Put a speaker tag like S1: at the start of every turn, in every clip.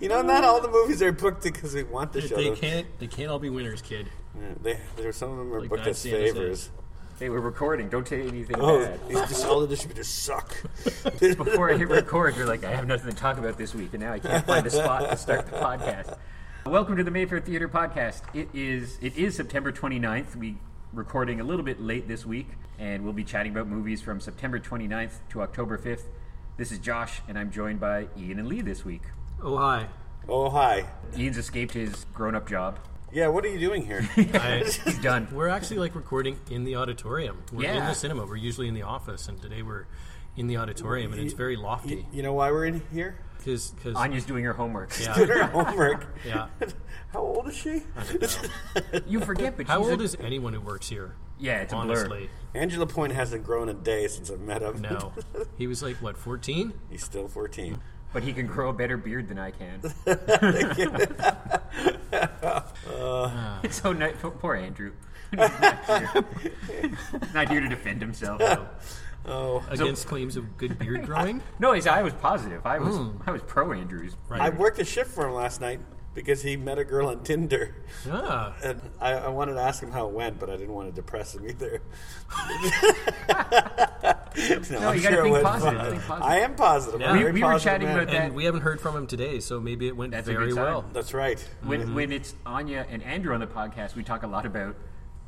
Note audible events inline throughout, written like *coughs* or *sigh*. S1: No, not all the movies are booked because we want the show.
S2: They
S1: to-
S2: can't. They can't all be winners, kid.
S1: Yeah, They, there, some of them are
S2: Like
S1: booked
S2: I've
S1: as
S2: seen it, it's
S1: favors.
S3: Hey, we're recording. Don't say anything
S1: Oh,
S3: bad.
S1: these, dis- all the distributors
S2: *laughs*
S1: suck.
S3: Before I hit record, you're like, I have nothing to talk about this week, and now I can't find a spot to start the podcast. Welcome to the Mayfair Theater Podcast. It is it is September 29th. We recording a little bit late this week, and we'll be chatting about movies from September 29th to October 5th. This is Josh, and I'm joined by Ian and Lee this week.
S2: Oh hi.
S1: oh, hi.
S3: Ian's escaped his grown-up job.
S1: Yeah, what are you doing here?
S2: I, *laughs*
S3: He's done.
S2: we're actually like recording in the auditorium. We're in
S3: Yeah.
S2: the cinema. We're usually in the office, and today we're in the auditorium, and it's very
S1: you,
S2: lofty
S1: you know why we're in here? *laughs*
S2: because
S3: Anya's doing her homework.
S1: Did
S2: *laughs* yeah
S1: her homework.
S2: yeah.
S1: *laughs* How old is she?
S3: You forget, but
S2: How
S3: she's a-
S2: old is anyone who works here?
S3: yeah? It's a blur.
S2: Honestly,
S1: *laughs* Angela Point hasn't grown a day since I've met him.
S2: no. He was like what fourteen.
S1: *laughs*
S3: *laughs*
S1: He's still 14.
S3: But he can grow a better beard than
S2: *laughs*
S3: I can. so ni- po- poor Andrew. *laughs* Not here to defend himself. though.
S2: Against claims of good beard
S3: *laughs*
S2: growing,
S3: No, he's, I was positive. I was
S2: Hmm.
S3: I was pro Andrews.
S1: I
S2: right?
S1: worked a shift for him last night because he met a girl on Tinder.
S2: Ah,
S1: And I, I wanted to ask him how it went, but I didn't want to depress him
S3: *laughs*
S1: either. no,
S3: you gotta
S1: it
S3: think
S1: went
S3: positive,
S1: fine.
S3: think positive.
S1: I am positive.
S2: Yeah.
S1: I'm a
S2: We-
S1: very
S3: we were
S1: positive
S3: chatting
S1: man.
S3: about-
S2: and we haven't heard from him today, so maybe it went
S3: That's a
S2: very
S3: good sign.
S2: well. Mm-hmm.
S1: That's right.
S3: When, when it's Anya and Andrew on the podcast, we talk a lot about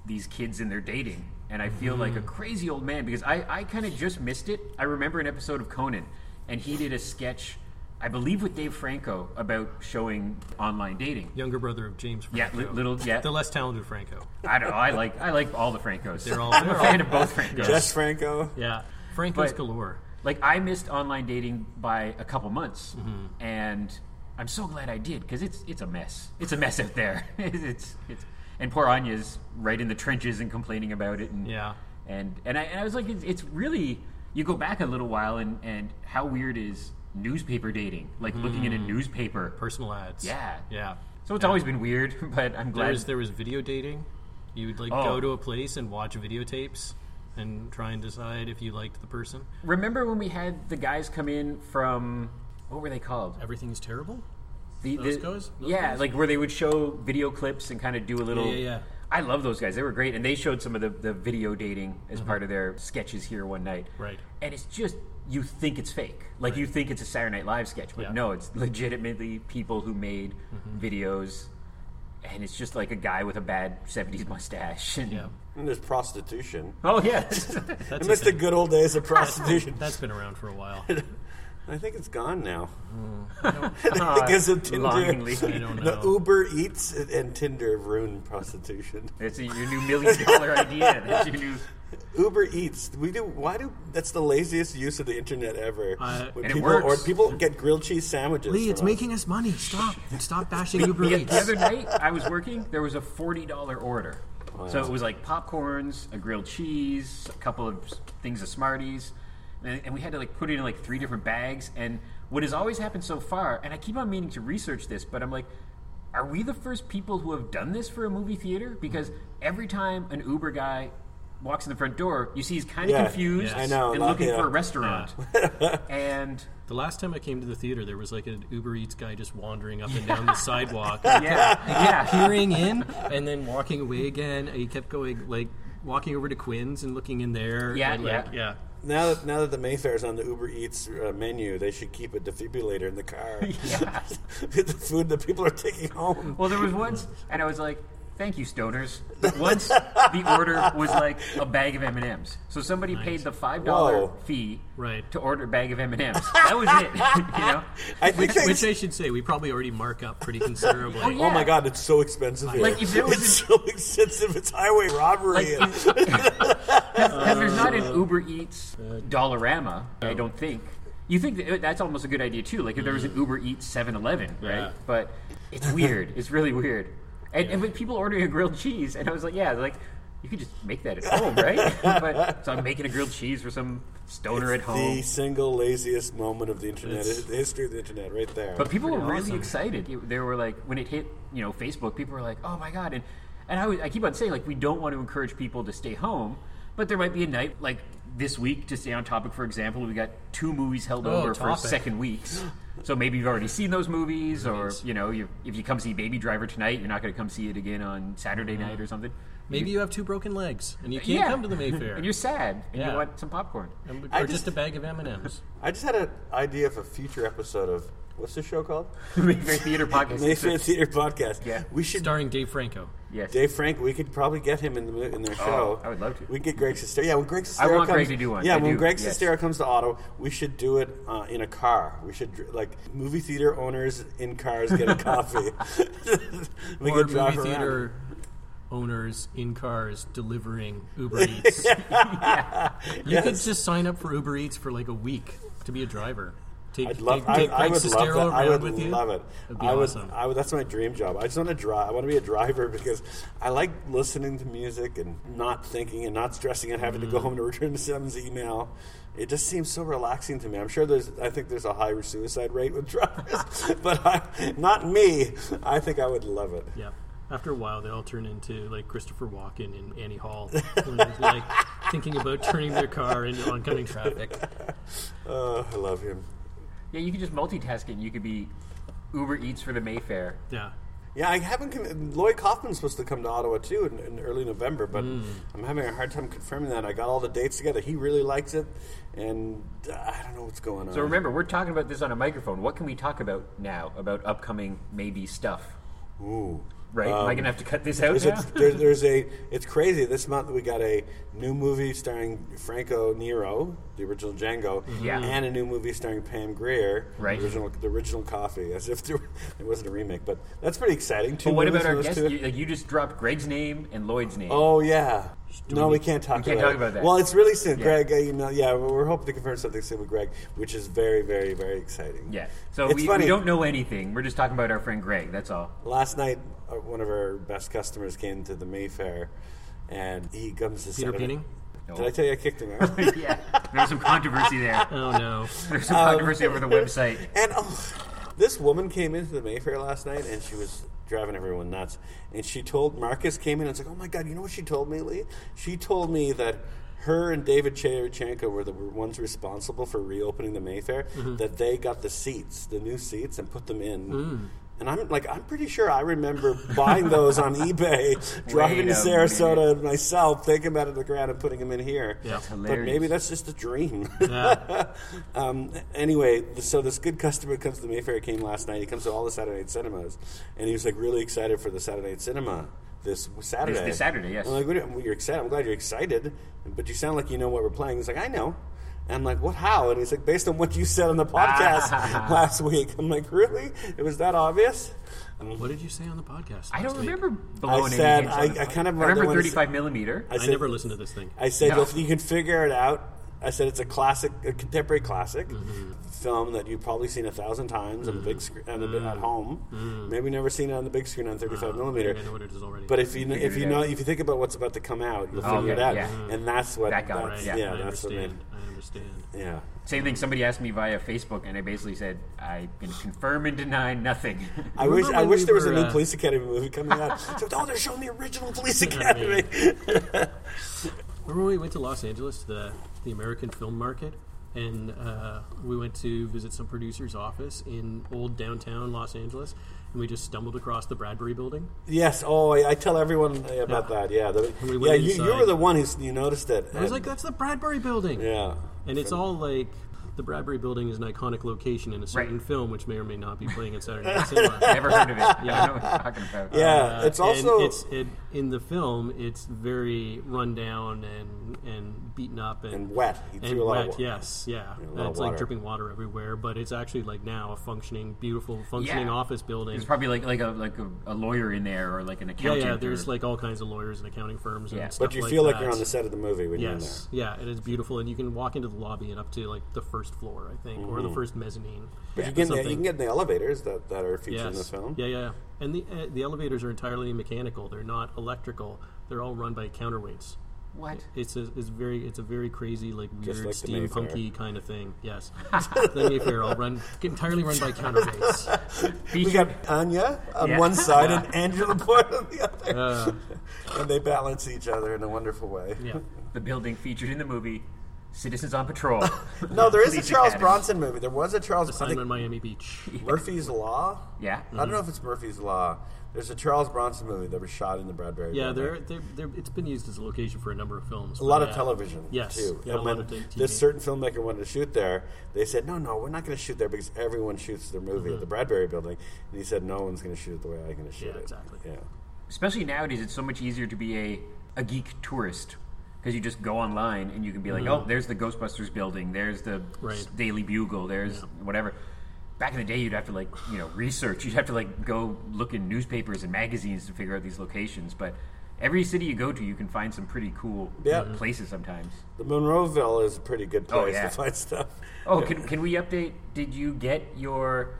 S3: these kids and their dating. And I feel
S2: Mm-hmm.
S3: like a crazy old man because I, I kind of just missed it. I remember an episode of Conan, and he did a sketch, I believe, with Dave Franco about showing online dating.
S2: Younger brother of James
S3: Yeah,
S2: Franco.
S3: li- little, yeah.
S2: the less talented Franco.
S3: I don't know. I like I like all the Francos.
S2: They're all-
S3: I'm a
S2: they're
S3: fan
S2: all- *laughs*
S3: of both Francos.
S1: Jess Franco.
S2: Yeah, Franco's
S3: But-
S2: galore.
S3: like I missed online dating by a couple months,
S2: Mm-hmm.
S3: and I'm so glad I did because it's it's a mess. It's a mess out there. *laughs* it's it's and poor Anya's right in the trenches and complaining about it. And,
S2: Yeah.
S3: and and I, and I was like, it's, it's really you go back a little while and and how weird is newspaper dating? Like looking at a newspaper.
S2: Personal ads.
S3: Yeah.
S2: Mm. yeah.
S3: So it's always been weird, *laughs* but I'm
S2: There
S3: glad.
S2: was there was video dating. You would like
S3: Oh.
S2: go to a place and watch videotapes and try and decide if you liked the person.
S3: Remember when we had the guys come in from what were they called?
S2: Everything's terrible.
S3: The,
S2: Those
S3: the-
S2: guys? Those
S3: yeah,
S2: guys?
S3: like where they would show video clips and kind of do a little.
S2: Yeah, yeah, yeah.
S3: I love those guys. They were great, and they showed some of the, the video dating as part of their sketches here one night.
S2: Mm-hmm. Right.
S3: And it's just you think it's fake, like you think it's a Saturday Night Live sketch, but
S2: Yeah. Mm-hmm.
S3: no, it's legitimately people who made videos, and it's just like a guy with a bad '70s mustache. And,
S2: Yeah,
S1: And there's prostitution.
S3: *laughs* Oh yes.
S1: I
S2: that's a
S1: miss the
S2: thing.
S1: good old days of prostitution.
S2: *laughs* That's been around for a
S3: *laughs*
S2: while.
S1: I think it's gone now.
S2: Hmm.
S1: *laughs*
S3: Ah,
S1: because of Tinder.
S3: longingly.
S2: I don't
S1: The
S2: know.
S1: Uber Eats and- and Tinder have ruined prostitution.
S3: *laughs* That's your new million dollar idea. That's your new.
S1: Uber Eats. We do. Why do? That's the laziest use of the internet ever.
S2: Uh,
S1: When
S3: and it
S1: people,
S3: works.
S1: Or people get grilled cheese sandwiches.
S4: Lee,
S1: from
S4: it's
S1: us.
S4: making us money. Stop. Stop bashing Uber
S3: Yeah, the
S4: Eats.
S3: other night I was working, there was a forty dollar order.
S1: Oh,
S3: So it was like popcorns, a grilled cheese, a couple of s- things of Smarties, and, and we had to like put it in like three different bags. And what has always happened so far, and I keep on meaning to research this, but I'm like, are we the first people who have done this for a movie theater? Because every time an Uber guy walks in the front door, you see he's kind of
S1: Yeah.
S3: confused
S2: Yes. I
S1: know,
S3: and
S1: like,
S3: looking
S1: yeah.
S3: for a restaurant.
S1: *laughs*
S3: and
S2: The last time I came to the theater, there was like an Uber Eats guy just wandering
S3: *laughs*
S2: up and down the sidewalk,
S3: yeah, yeah.
S2: peering in and then walking away again. He kept going like walking over to Quinn's and looking in there.
S3: Yeah,
S2: and, like, yeah.
S1: Now that now that the Mayfair is on the Uber Eats uh, menu, they should keep a defibrillator in the
S3: *laughs*
S1: car.
S3: Yeah.
S1: *laughs* the food that people are taking home.
S3: Well, there was once, and I was like, "Thank you, stoners." Once the order was like a bag of M and M's, so somebody paid the five dollar
S1: Whoa.
S3: fee
S2: Right.
S3: to order a bag of M and M's. That was it, *laughs* you know.
S1: I think. I,
S2: Which I should say, we probably already mark up
S3: *laughs*
S2: pretty considerably.
S3: Oh, yeah.
S1: oh my God, it's so expensive here.
S3: Like, if there was
S1: it's
S3: an-
S1: so expensive. It's highway robbery.
S3: Like,
S1: *laughs*
S3: Because there's not an Uber Eats Dollarama,
S2: Oh.
S3: I don't think. You think that, that's almost a good idea too? Like if there was an Uber Eats 7-Eleven, right?
S2: Mm-hmm. Yeah.
S3: But it's weird. it's really weird. And, and with people ordering a grilled cheese, and I was like, yeah, like you could just make that at home, right? *laughs* but so I'm making a grilled cheese for some stoner at home.
S1: the single laziest moment of the internet,
S2: It's-
S1: the history of the internet, right there.
S3: But people were really
S2: awesome.
S3: excited. It- They were like, when it hit, you know, Facebook, people were like, "Oh my god!" And and I, was, I keep on saying like, we don't want to encourage people to stay home, But there might be a night like this week. To stay on topic, for example, we got two movies held
S2: Oh,
S3: over
S2: topic.
S3: for second weeks. So maybe you've already seen those movies, or you know, you, if you come see Baby Driver tonight, you're not going to come see it again on Saturday night or something.
S2: Mm-hmm. Maybe you have two broken legs and you can't
S3: Yeah.
S1: *laughs*
S2: come to the Mayfair.
S3: And you're sad, and
S2: Yeah.
S3: you want some
S2: *laughs*
S3: popcorn. *laughs*
S2: And- or
S1: I
S2: just,
S1: just-
S2: a bag of M and
S1: *laughs*
S2: M's.
S1: I just had an idea of a future episode of what's the show called?
S3: Mayfair Theater Podcast.
S1: Mayfair Theater Podcast.
S3: Yeah.
S1: we should.
S2: Starring Dave Franco.
S3: Yes.
S1: Dave Frank, we could probably get him in the mo- in their show.
S3: Oh, I would love to.
S1: We could get Greg Sestero. Yeah, when Greg Sestero
S3: I want
S1: comes,
S3: Greg to do one.
S1: Yeah,
S3: I
S1: when
S3: do,
S1: Greg
S3: yes.
S1: Sestero comes to Ottawa, we should do it uh, in a car. We should dr- like movie theater owners in cars
S3: *laughs*
S1: get a coffee. *laughs* we
S2: or
S1: could drive
S2: movie
S1: around.
S2: theater owners in cars delivering
S1: *laughs*
S2: Uber Eats. You could
S1: Yes.
S2: just sign up for Uber Eats for like a week to be a driver. Take,
S1: I'd love.
S2: take,
S1: I,
S2: take
S1: I
S2: Greg
S1: would love
S2: Sestero
S1: that. I
S2: around
S1: would
S2: with you.
S1: love it.
S2: That'd be
S1: I would.
S2: awesome.
S1: I would. That's my dream job. I just want to drive. I want to be a driver *laughs* because I like listening to music and not thinking and not stressing and having to
S2: Mm.
S1: go home to return someone's email. It just seems so relaxing to me. I'm sure there's. I think there's a higher suicide rate with *laughs* drivers, but I, not me. I think I would love it.
S2: Yeah. After a while, they all turn into like Christopher Walken and
S1: *laughs*
S2: Annie Hall, when they're, like thinking about turning their car into
S1: *laughs*
S2: oncoming traffic.
S1: Oh, I love him.
S3: Yeah, you could just multitask it. and You could be Uber Eats for the Mayfair.
S2: Yeah.
S1: Yeah, I haven't. Con- Lloyd Kaufman's supposed to come to Ottawa too in, in early November, but
S3: Hmm.
S1: I'm having a hard time confirming that. I got all the dates together. He really likes it, and uh, I don't know what's going on.
S3: So remember, we're talking about this on a microphone. What can we talk about now about upcoming maybe stuff?
S1: Ooh.
S3: Right? Am I
S1: Um,
S3: gonna have to cut this out
S1: There's
S3: now?
S1: a, *laughs* there, there's a it's crazy this month we got a new movie starring Franco Nero the original Django
S3: Mm-hmm. Yeah.
S1: and a new movie starring Pam Grier
S3: Right.
S1: the original the original Coffee as if there, *laughs* there wasn't a remake but that's pretty exciting two
S3: But what
S1: movies
S3: about our
S1: for those
S3: guest?
S1: two.
S3: You, like, you just dropped Greg's name and Lloyd's name.
S1: Oh yeah. No, we can't talk.
S3: we can't
S1: about
S3: talk
S1: it.
S3: about that.
S1: Well, it's really soon,
S3: Yeah.
S1: Greg. Uh, you know, yeah, we're we're hoping to confirm something soon with Greg, which is very, very, very exciting.
S3: Yeah. So
S1: It's
S3: we,
S1: funny.
S3: we don't know anything. We're just talking about our friend Greg. That's all.
S1: Last night, uh, one of our best customers came to the Mayfair, and he comes to
S2: Peter
S1: Saturday-
S2: Peening?
S1: Did
S3: *laughs*
S1: I tell you I kicked him out?
S3: yeah. There's some controversy there.
S2: Oh, no.
S3: There's some
S1: Um,
S3: controversy over the website.
S1: And oh, this woman came into the Mayfair last night, and she was driving everyone nuts. And she told Marcus came in and was like, "Oh my God, you know what she told me, Lee? She told me that." Her and David Cherichenko were the ones responsible for reopening the Mayfair. That they got the seats, the new seats, and put them in. And I'm like, I'm pretty sure I remember buying those on eBay, driving to
S3: a
S1: Sarasota myself, taking them out of the ground and putting them in here.
S2: Yeah. That's
S1: But maybe
S3: hilarious.
S1: that's just a dream.
S2: Yeah.
S1: *laughs* Um, anyway, th- so this good customer comes to the Mayfair came last night. He comes to all the Saturday night cinemas, and he was like really excited for the Saturday night cinema this w- Saturday.
S3: this Saturday, yes.
S1: I'm like, what, do- well, you're excited. I'm glad you're excited, but you sound like you know what we're playing. He's like, I know. And I'm like, what? How? And he's like, based on what you said on
S2: *laughs*
S1: the podcast last week. I'm like, really? It was that obvious?
S2: What did you say on the podcast? last
S3: I don't
S2: week?
S3: remember blowing
S1: I said-
S3: any games on
S1: I- I
S3: the-
S1: kind of
S3: I
S1: like the
S3: remember
S1: ones-
S3: 35 millimeter.
S2: I
S1: said-
S2: never listened to this thing.
S1: I said
S3: No.
S1: "You'll- you can figure it out. I said it's a classic, a contemporary classic
S2: Mm-hmm.
S1: film that you've probably seen a thousand times on the big screen on the,
S2: Mm.
S1: at home. Maybe never seen it on the big screen on 35 millimeter.
S2: Oh, I know what it is already.
S1: But if you, if you
S3: it
S1: know
S3: out.
S1: if you think about what's about to come out, you'll
S3: Oh,
S1: figure it
S3: yeah,
S1: out, Mm.
S3: yeah.
S1: and that's what
S3: That got it,
S1: that's,
S2: right,
S1: yeah,
S2: I
S1: that's what made
S2: understand. I understand.
S1: yeah.
S3: Same thing. Somebody asked me via Facebook, and I basically said I can confirm and deny nothing. *laughs*
S1: I wish
S2: Remember
S1: I
S2: when
S1: wish
S2: we
S1: there was a
S2: were,
S1: new
S2: uh,
S1: Police Academy movie coming
S2: *laughs*
S1: out. so, oh, they're showing the original Police Academy. *laughs*
S2: Remember when we went to Los Angeles, the the American film market, and uh, we went to visit some producer's office in old downtown Los Angeles, and we just stumbled across the Bradbury Building.
S1: yes. Oh, I, I tell everyone about that. Yeah. The,
S2: we
S1: yeah.
S2: went
S1: You, you
S2: inside.
S1: were the one who s- you noticed it.
S2: I was
S1: and-
S2: like, "That's the Bradbury Building,"
S1: yeah.
S2: and it's all like. The Bradbury Building is an iconic location in a certain
S3: Right.
S2: film, which may or may not be playing at Saturday
S1: *laughs*
S2: Night Cinema.
S3: Never heard of it. I don't know what you're talking about.
S1: Yeah,
S2: Uh,
S1: it's
S2: and
S1: also
S2: it's it, in the film. It's very run down and and beaten up and,
S1: and wet. He
S2: and
S1: threw a lot
S2: wet,
S1: of wa-
S2: yes, yeah.
S1: a lot
S2: And
S1: of
S2: it's
S1: water.
S2: like dripping water everywhere, but it's actually like now a functioning, beautiful, functioning
S3: Yeah.
S2: office building.
S3: There's probably like like a like a, a lawyer in there or like an
S2: Yeah,
S3: accountant.
S2: yeah.
S3: or-
S2: There's like all kinds of lawyers and accounting firms
S3: Yeah.
S2: and stuff
S1: But you
S2: like
S1: feel
S2: that.
S1: like you're on the set of the movie when you're in there.
S2: Yes, yeah, and it's beautiful, and you can walk into the lobby and up to like the first floor, I think, or the first mezzanine.
S1: Mm-hmm. But
S2: or
S1: you, get in the, you
S2: something.
S1: can get in the elevators that, that are featured
S2: yes.
S1: in the film.
S2: Yeah, yeah, yeah. and the uh, the elevators are entirely mechanical. They're not electrical. They're all run by counterweights.
S3: What?
S2: It's a it's very it's a very crazy like
S1: Just
S2: weird
S1: like the Mayfair.
S2: steampunky kind of thing.
S1: *laughs*
S2: Yes, the Mayfair all run entirely run
S1: *laughs*
S2: by counterweights.
S1: We got Anya on
S3: Yeah.
S1: one side
S2: *laughs*
S1: and Angela Port on the other, and they balance each other in a wonderful way.
S2: Uh, Yeah,
S3: the building featured in the movie Citizens on Patrol.
S1: *laughs* No, there is a
S3: Police
S1: Charles
S3: Academy.
S1: Bronson movie. There was a Charles. I
S2: I'm
S1: think
S2: on Miami
S1: *laughs*
S2: Beach.
S1: Murphy's Law.
S3: Yeah.
S1: I
S2: Mm-hmm.
S1: don't know if it's Murphy's Law. There's a Charles Bronson movie that was shot in the Bradbury.
S2: Yeah,
S1: Building.
S2: they're, they're, they're, it's been used as a location for a number of films.
S1: A lot of
S2: yeah.
S1: television,
S2: Yes,
S1: too.
S2: yeah, a
S1: and
S2: lot
S1: when
S2: of TV.
S1: this certain filmmaker wanted to shoot there, they said, "No, no, we're not going to shoot there because everyone shoots their movie at the Bradbury Building." And he said, "No one's going to shoot it the way I'm going to shoot
S2: Mm-hmm. Yeah,
S1: it."
S2: exactly.
S1: Yeah,
S3: Especially nowadays, it's so much easier to be a, a geek tourist because you just go online and you can be like,
S1: Mm-hmm.
S3: oh, there's the Ghostbusters building, there's the
S2: Right.
S3: Daily Bugle, there's whatever. Back in the day, you'd have to like you know research. You'd have to like go look in newspapers and magazines to figure out these locations. But every city you go to, you can find some pretty cool Mm-hmm.
S1: Yeah. Mm-hmm.
S3: places sometimes.
S1: the Monroeville is a pretty good
S3: Oh,
S1: place
S3: yeah.
S1: to find stuff.
S3: Oh, can, can we update? Did you get your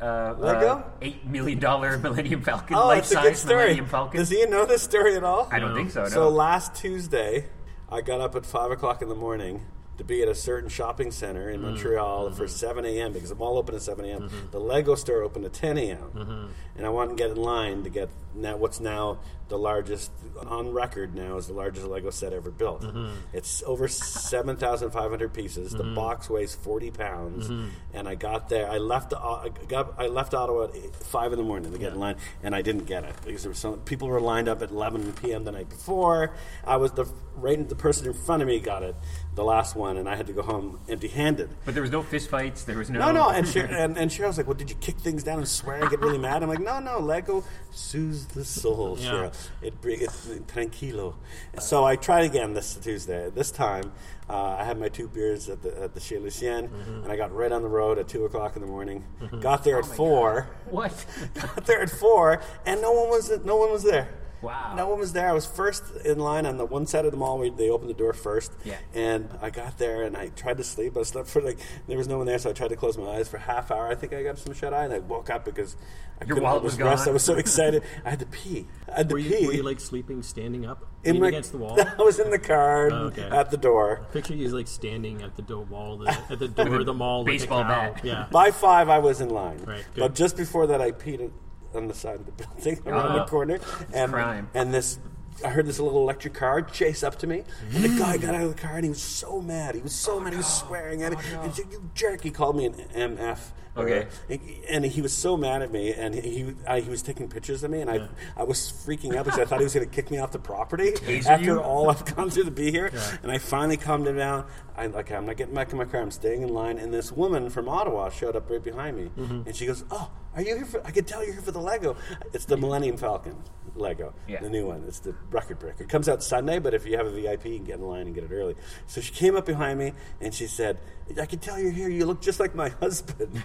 S3: uh,
S1: Lego?
S3: uh, eight million dollar Millennium Falcon,
S1: Oh,
S3: life
S1: it's a good
S3: size
S1: story.
S3: Millennium Falcon?
S1: Does Ian know this story at all?
S3: I don't think so. No.
S1: So last Tuesday, I got up at five o'clock in the morning to be at a certain shopping center
S3: Mm-hmm.
S1: in Montreal for seven a.m. because the mall opened at seven a.m. The Lego store opened at ten a.m.
S3: Mm-hmm.
S1: and I wanted to get in line to get now what's now the largest on record now is the largest Lego set ever built.
S3: Mm-hmm.
S1: It's over seven thousand five hundred pieces. The box weighs forty pounds, and I got there. I left the, uh, I got I left Ottawa at eight- five in the morning to get in line, and I didn't get it because there was some people were lined up at eleven p.m. the night before. I was the right the person in front of me got it, the last one, and I had to go home empty-handed.
S3: but there was no fistfights. There was no.
S1: No, no,
S3: *laughs*
S1: and, Cher- and and Cheryl's like, "Well, did you kick things down and swear and get really mad?" I'm like, "No, no, Lego soothes the soul,
S2: Yeah.
S1: Cheryl. It brings it tranquilo." So I tried again this Tuesday. This time, uh, I had my two beers at the at the Chez Lucien, and I got right on the road at two o'clock in the morning. Got there at four.
S3: *laughs* What?
S1: *laughs* Got there at four, and no one was no one was there.
S3: Wow.
S1: No one was there. I was first in line on the one side of the mall where they opened the door first.
S3: Yeah.
S1: And I got there and I tried to sleep. I slept for like there was no one there, so I tried to close my eyes for a half hour. I think I got some shut eye, and I woke up because I
S3: Your
S1: couldn't
S3: wallet
S1: hold this
S3: was
S1: breath.
S3: gone.
S1: I was so excited. I had to pee. I had to
S2: Were
S1: pee.
S2: you, were you like sleeping standing up,
S1: in
S2: leaning
S1: my-
S2: against the wall?
S1: *laughs* I was in the car and
S2: Oh, okay.
S1: at the door.
S2: Picture you like standing at the door wall, the, at the door of the mall, like a
S3: baseball
S2: cow.
S1: *laughs*
S3: bat.
S2: Yeah,
S1: By five, I was in line.
S2: Right, good.
S1: but just before that, I peed on the side of the *laughs* building around
S3: Oh.
S1: the corner, and
S3: crime.
S1: and this. I heard this little electric car chase up to me, and the guy got out of the car, and he was so mad. He was
S3: Oh,
S1: so mad. He was swearing at me. He said, "You jerk!" He called me an MF. or-
S3: Okay.
S1: and he was so mad at me, and he I, he was taking pictures of me, and I I was freaking out because I thought he was going to kick me off the property after
S3: you?
S1: all I've gone through to be here. And I finally calmed him down. I like I'm not getting back in my car. I'm staying in line. And this woman from Ottawa showed up right behind me,
S2: Mm-hmm.
S1: and she goes, "Oh, are you here for? I could tell you're here for the Lego. It's the Millennium Falcon Lego,
S3: Yeah.
S1: the new one. It's the record breaker. It comes out Sunday, but if you have a VIP, you can get in line and get it early. So she came up behind me and she said, "I could tell you're here. You look just like my *laughs*
S2: *laughs*
S1: husband."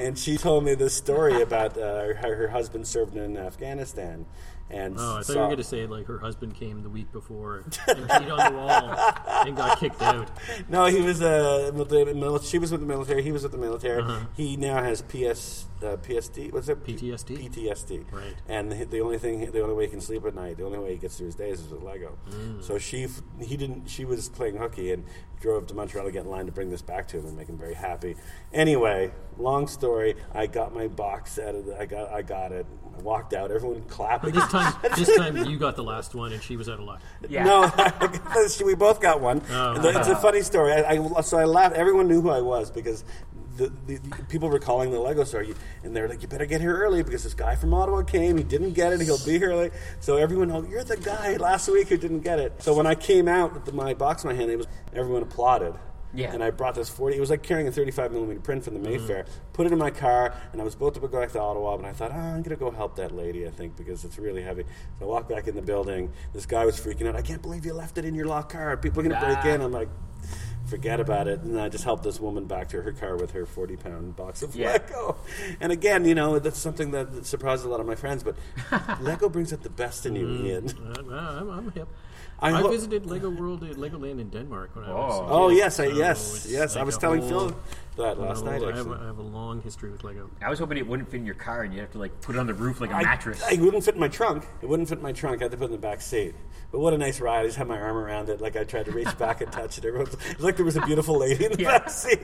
S1: and she told me this story about uh, how her husband served in Afghanistan. And
S2: Oh, I thought you
S1: saw-
S2: were going to say like her husband came the week before
S1: *laughs*
S2: and peed on the wall and got kicked out.
S1: No, he was uh, with the mili- She was with the military. He was with the military.
S2: Uh-huh.
S1: He now has PS uh, PSD. What's it?
S2: PTSD.
S1: PTSD.
S2: Right.
S1: And the, the only thing, the only way he can sleep at night, the only way he gets through his days is with Lego.
S2: Mm.
S1: So she, f- he didn't. She was playing hooky and drove to Montreal to get in line to bring this back to him and make him very happy. Anyway, long story. I got my box out of. The, I got. I got it. I walked out. Everyone clapping.
S2: This time, this time you got the last one, and she was out of luck.
S3: Yeah. Oh.
S1: No, *laughs* we both got one. And It's a funny story. I, I, so I laughed. Everyone knew who I was because the, the, the people were calling the Lego store, You- and they're like, "You better get here early because this guy from Ottawa came. He didn't get it. He'll be here late." So everyone, oh, you're the guy last week who didn't get it. So when I came out with my box in my hand, it was everyone applauded.
S3: Yeah.
S1: And I brought this 40. It was like carrying a 35 millimeter print from the
S2: Mm-hmm.
S1: Mayfair. Put it in my car, and I was about to go back to Ottawa, and I thought, oh, I'm going to go help that lady, I think, because it's really heavy. So I walked back in the building. This guy was freaking out. I can't believe you left it in your locked car. People are going to break in. I'm like, forget about it. And I just helped this woman back to her car with her 40 pound box of
S3: Yeah.
S1: Lego. And again, you know, that's something
S2: *laughs* Mm.
S1: that, that surprises a lot of my friends, but Lego brings out the best in you, Ian.
S2: Uh, well, I'm, I'm hip.
S1: I,
S2: I
S1: lo-
S2: visited Lego World at Legoland in Denmark when I was. a
S3: Oh.
S1: Oh
S2: kid,
S1: yes, I,
S2: so
S1: yes,
S2: it's
S1: yes. I
S2: like
S1: was
S2: a
S1: telling
S2: whole-
S1: Phil that
S2: a
S1: Oh, last
S2: whole-
S1: night.
S2: I have,
S1: Actually,
S2: a- I have a long history with
S1: *laughs*
S2: Lego.
S3: I was hoping it wouldn't fit in your car, and you'd have to like put it on the roof like a
S1: I-
S3: mattress.
S1: I, wouldn't fit in my trunk. It wouldn't fit in my trunk. I had to put it in the back seat. But what a nice ride! I just had my arm around it. Like I tried to reach back and touch it. Everyone's, it was like there was a beautiful lady in the
S3: Yeah.
S1: back seat,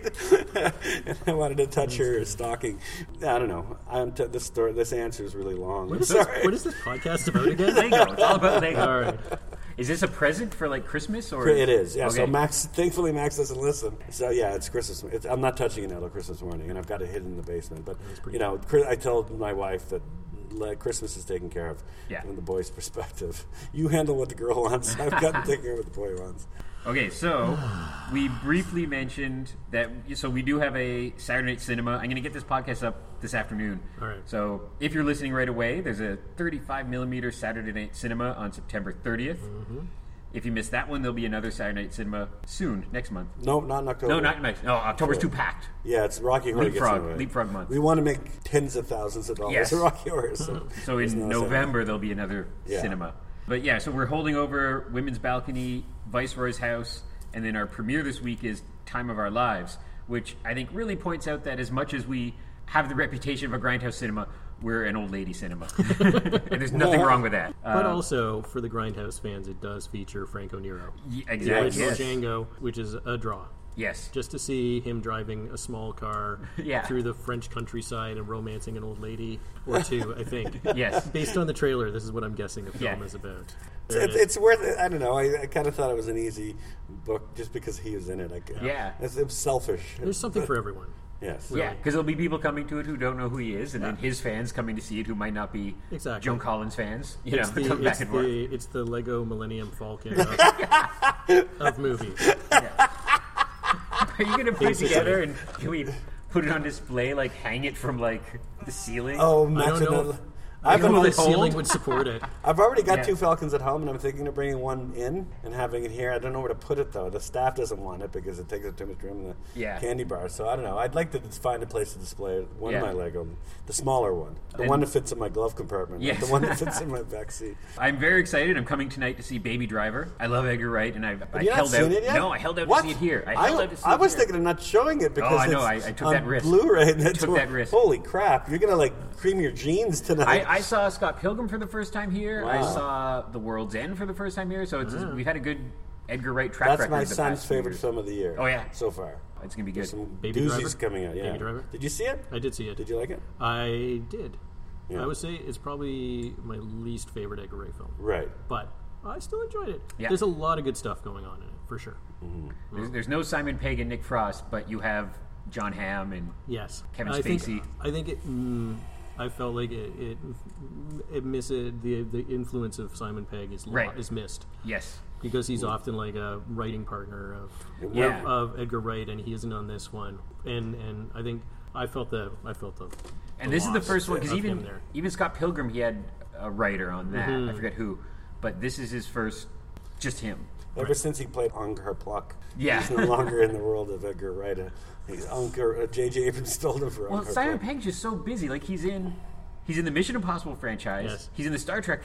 S1: *laughs* and I wanted to touch her stocking. I don't know. I'm t- this story. This answer is really long. I'm
S2: What is, this,
S1: sorry.
S2: what is this podcast
S1: *laughs*
S2: about again?
S3: Lego. It's all about Lego.
S2: All right.
S3: Is this a present for like Christmas or?
S1: it is, yeah. So
S3: Okay.
S1: Max, thankfully Max doesn't listen. So yeah, it's Christmas. It's, I'm not touching it until Christmas morning, and I've got it hidden in the basement. But you know, Chri- I told my wife that like, Christmas is taken care of
S3: Yeah.
S1: from the boy's perspective. *laughs* You handle what the girl wants. I've got to take care of what the boy wants.
S3: Okay, so we briefly mentioned that. So we do have a Saturday Night Cinema. I'm going to get this podcast up this afternoon.
S2: All right.
S3: So if you're listening right away, there's a 35 millimeter Saturday Night Cinema on September 30th.
S1: Mm-hmm.
S3: If you missed that one, there'll be another Saturday Night Cinema soon, next month.
S1: No, not in October.
S3: No, not next. No,
S1: Oh.
S3: October's too packed.
S1: Yeah, it's Rocky Horror. gets in
S3: Leapfrog-
S1: the way.
S3: Leapfrog month.
S1: We want to make tens of thousands of dollars
S3: Yes.
S1: in Rocky Horror. So,
S3: So
S1: there's
S3: in
S1: no Saturday.
S3: November there'll be another
S1: Yeah.
S3: cinema. But yeah, so we're holding over Women's Balcony, Viceroy's House, and then our premiere this week is Time of Our Lives, which I think really points out that as much as we have the reputation of a grindhouse cinema, we're an old lady cinema, *laughs* and there's nothing wrong with that. Uh,
S2: But also for the Grindhouse fans, it does feature Franco Nero,
S3: y-
S1: Yeah,
S3: exactly.
S2: original
S3: Yes. Yes.
S2: Django, which is a draw. Just to see him driving a small car
S3: *laughs* Yeah.
S2: through the French countryside and romancing an old lady
S3: *laughs*
S2: or two, I think. *laughs*
S3: Yes.
S2: Based on the trailer, this is what I'm guessing the film
S3: Yeah.
S2: is about. There it
S1: It's,
S2: is.
S1: it's worth it. I don't know. I, I kind of thought it was an easy book just because he was in it. I, g-
S3: Yeah.
S1: It's, it's selfish.
S2: There's something for everyone.
S1: Yes.
S3: Yeah, because there'll be people coming to it who don't know who he is, and then his fans coming to see it who might not be
S2: Exactly.
S3: Joan Collins fans. You know, *laughs*
S2: It's the,
S3: come
S2: it's,
S3: back and forth.
S2: the, it's the Lego Millennium Falcon of,
S1: *laughs*
S2: of movies.
S3: Are you gonna put it
S2: Basically.
S3: together and can we put it on display? Like hang it from like the ceiling?
S1: Oh,
S2: I
S1: Max
S2: don't know
S1: and
S2: if-
S1: I
S2: I
S1: have
S2: don't know
S1: another-
S2: if the ceiling would support it.
S1: I've already got
S3: Yeah.
S1: two Falcons at home, and I'm thinking of bringing one in and having it here. I don't know where to put it though. The staff doesn't want it because it takes up too much room in the
S3: Yeah.
S1: candy bar. So I don't know. I'd like to just find a place to display it. one
S3: Yeah.
S1: of my Lego, the smaller one, the
S3: And-
S1: one that fits in my glove compartment, not
S3: Yes.
S1: the one
S3: *laughs*
S1: that fits in my back seat.
S3: I'm very excited. I'm coming tonight to see Baby Driver. I love Edgar Wright, and I've I
S1: Have you
S3: held
S1: not seen
S3: out.
S1: it yet?
S3: No, I held out
S1: What?
S3: to see it here. I held out to see
S1: I
S3: it
S1: was
S3: here. Oh,
S1: thinking of not showing it because
S3: I know.
S1: it's
S3: I- I took
S1: on
S3: that risk.
S1: Blu-ray. And that's
S3: Took
S1: what-
S3: that risk.
S1: Holy crap! You're gonna like cream your jeans tonight.
S3: I, I saw Scott Pilgrim for the first time here. I
S1: Wow. Ah.
S3: saw The World's End for the first time here. So it's, we've had a good Edgar Wright track
S1: that's
S3: record.
S1: my
S3: the
S1: son's
S3: past few
S1: favorite
S3: years.
S1: film of the year.
S3: Oh, yeah.
S1: so far.
S3: It's gonna be good.
S1: There's some
S2: Baby
S1: doozies
S2: Driver?
S1: coming out. Yeah.
S2: Baby Driver?
S1: Did you see it?
S2: I did see it.
S1: Did you like it?
S2: I did.
S1: Yeah.
S2: I would say it's probably my least favorite Edgar Wright film,
S1: Right.
S2: but I still enjoyed it.
S3: Yeah.
S2: There's a lot of good stuff going on in it, for sure.
S3: There's, there's no Simon Pegg and Nick Frost, but you have John Hamm and
S2: Yes,
S3: Kevin
S2: I Think,
S3: Spacey.
S2: I think it. Mm, I felt like it. It, it miss it, the the influence of Simon Pegg is lo-
S3: Right.
S2: is missed
S3: yes,
S2: because he's often like a writing partner of
S3: yeah.
S2: of Edgar Wright, and he isn't on this one. And and I think I felt the I felt the.
S3: And this is the
S2: loss
S3: first one because
S2: of him
S3: even
S2: there.
S3: even Scott Pilgrim, he had a writer on that. I forget who, but this is his first, just him.
S1: Ever since he played Ungar Pluck,
S3: Yeah. *laughs*
S1: he's no longer in the world of Edgar Wright. Uh, He's Ungar. Uh, J.J. Abrams stole him for
S3: Well,
S1: Ungar
S3: Simon
S1: Pluck.
S3: Pegg's just so busy. Like he's in, he's in the Mission Impossible franchise.
S2: Yes.
S3: He's in the Star Trek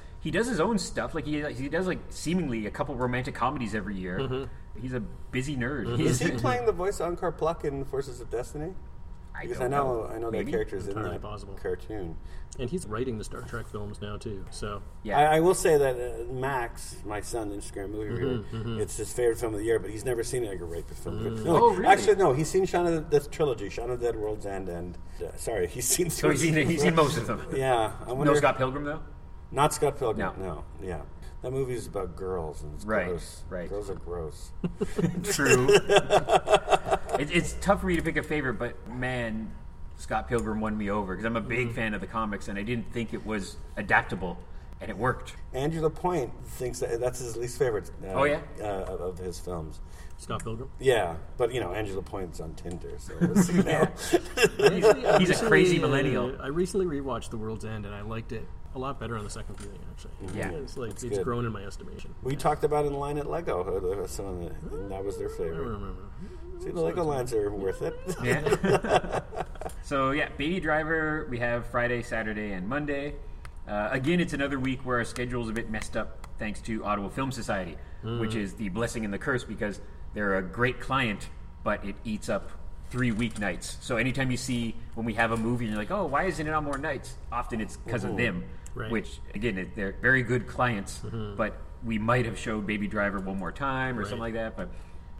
S2: Yes.
S3: He does his own stuff. Like he he does like seemingly a couple romantic comedies every year.
S2: Mm-hmm.
S3: He's a busy nerd.
S2: *laughs*
S1: Is he playing the voice of Ungar Pluck in Forces of Destiny?
S3: I
S1: Because
S3: don't
S1: I know, I know that
S3: Maybe?
S1: character is in
S2: Entirely
S1: that
S2: possible.
S1: cartoon.
S2: And he's writing the Star Trek films now too. So
S3: Yeah. Mm-hmm,
S1: I, I will say that uh, Max, my son, Instagram movie reviewer, it's his favorite film of the year, but he's never seen Edgar Wright before. *laughs* No,
S3: Oh, really?
S1: Actually, no, he's seen Shaun of the, the trilogy, Shaun of the Dead, World's End, and uh, sorry, *laughs* he's seen.
S3: so he's seen,
S1: *laughs*
S3: he's seen most of them.
S1: Yeah, I wonder.
S3: No Scott Pilgrim though.
S1: Not Scott Pilgrim.
S3: No.
S1: No. Yeah, that movie is about girls, and it's
S3: Right,
S1: gross.
S3: right.
S1: Girls are gross. *laughs*
S3: True. *laughs* it, it's tough for me to pick a favorite, but man, Scott Pilgrim won me over because I'm a big fan of the comics, and I didn't think it was adaptable, and it worked.
S1: Andrew Lapointe thinks that that's his least favorite. Uh,
S3: Oh, yeah?
S1: uh, of, of his films.
S2: Scott Pilgrim.
S1: Yeah, but you know, Andrew Lapointe's on Tinder,
S3: *laughs*
S1: so we'll see now.
S2: He's, *laughs* a
S3: He's a crazy millennial.
S2: uh, I recently rewatched The World's End, and I liked it a lot better on the second viewing. Actually,
S3: Yeah.
S2: it's like it's
S1: good.
S2: grown in my estimation.
S1: we talked about in line at Lego. uh, there was Some of the, and that was their
S2: I don't
S1: favorite.
S2: remember.
S1: See, the Lego lines are worth it.
S3: *laughs* Yeah. so yeah, Baby Driver. We have Friday, Saturday, and Monday. Uh, again, it's another week where our schedule's a bit messed up thanks to Ottawa Film Society, which is the blessing and the curse because they're a great client, but it eats up three weeknights. So anytime you see when we have a movie, and you're like, oh, why isn't it on more nights? Often it's because of them,
S2: Right.
S3: which again, it- they're very good clients,
S2: Mm-hmm.
S3: but we might have showed Baby Driver one more time or something like that. But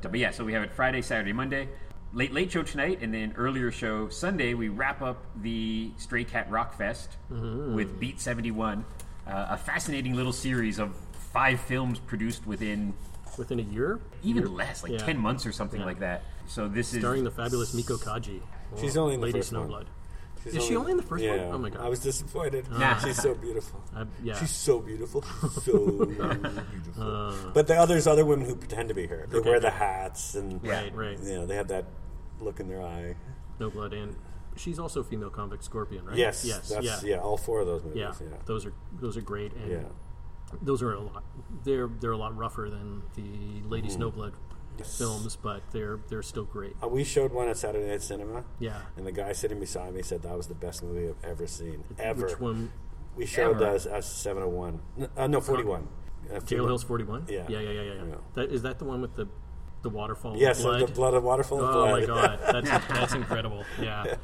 S3: but yeah, so we have it Friday, Saturday, Monday. Late Late Show tonight, and then earlier show Sunday. We wrap up the Stray Cat Rock Fest
S2: Mm-hmm.
S3: with Beat Seventy One, uh, a fascinating little series of five films produced within
S2: within a year,
S3: even less, like
S2: Yeah.
S3: ten months or something
S2: Yeah.
S3: like that. So this is
S2: starring the fabulous Miko Kaji.
S1: She's only in the
S2: Lady
S1: first one.
S2: Snowblood. Is she only in the first one?
S1: yeah.
S2: Oh my God.
S1: I was
S2: *laughs*
S1: disappointed.
S3: Ah.
S1: She's so beautiful.
S2: I- yeah. Uh.
S1: She's so beautiful.
S2: *laughs*
S1: So beautiful. but the others, other women who pretend to be her, they wear the hats and
S3: Yeah.
S2: Right, right.
S1: you know they have that look in their eye.
S2: Snowblood, and she's also female convict Scorpion, right?
S1: Yes,
S2: yes,
S1: that's,
S2: yeah.
S1: yeah. All four of those movies.
S2: Yeah,
S1: Yeah,
S2: those are those are great, and
S1: yeah.
S2: those are a lot. They're they're a lot rougher than the Lady
S1: Mm-hmm.
S2: Snowblood films, but they're they're still great.
S1: Uh, we showed one at Saturday Night Cinema.
S2: Yeah.
S1: and the guy sitting beside me said that was the best movie I've ever seen ever.
S2: Which one?
S1: We showed
S3: Ever.
S1: us as seven hundred one. Uh, no, forty one. Uh,
S2: Jail Hill's Forty One.
S1: Yeah.
S2: yeah, yeah, yeah, yeah. yeah.
S1: Yeah.
S2: That is that the one with the the waterfall.
S1: Yes,
S2: blood?
S1: the blood of waterfall. of
S2: Oh
S1: blood. *laughs*
S2: my god, that's that's incredible. Yeah,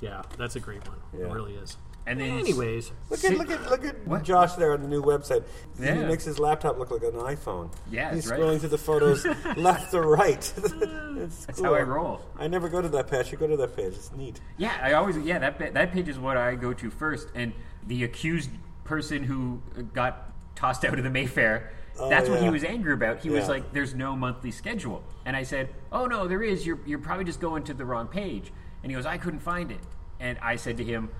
S2: yeah, that's a great one.
S1: Yeah. Oh
S2: It really is.
S3: and then
S2: Anyways,
S1: Look at look at look at Josh there on the new website. He
S3: Yeah.
S1: makes his laptop look like an iPhone.
S3: Yeah,
S1: he's
S3: that's right.
S1: scrolling through the
S3: *laughs*
S1: photos left to right.
S3: that's how I roll.
S1: I never go to that page. You go to that page. It's neat.
S3: Yeah, I always yeah that pa- that page is what I go to first, and the accused person who got tossed out of the Mayfair.
S1: Oh,
S3: that's what he
S1: yeah.
S3: was angry about. He was
S1: Yeah.
S3: like, "There's no monthly schedule," and I said, "Oh no, there is. You're you're probably just going to the wrong page." And he goes, "I couldn't find it," and I said to him,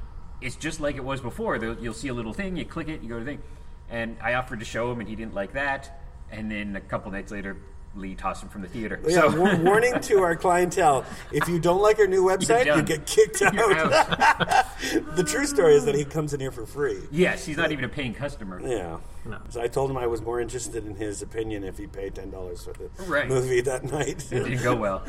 S3: "It's just like it was before. There, you'll see a little thing. You click it. You go to the thing." And I offered to show him, and he didn't like that. And then a couple nights later, Lee tossed him from the theater.
S1: Yeah,
S3: *laughs*
S1: war- warning to our clientele: if you don't like our new website, you
S3: done.
S1: get kicked
S3: You're
S1: out.
S3: out.
S1: *laughs* the true story is that he comes in here for free.
S3: yes, he's not even a paying customer.
S1: Yeah.
S2: No.
S1: So I told him I was more interested in his opinion if he paid ten dollars for the
S3: Right.
S1: movie that night.
S3: It didn't go well.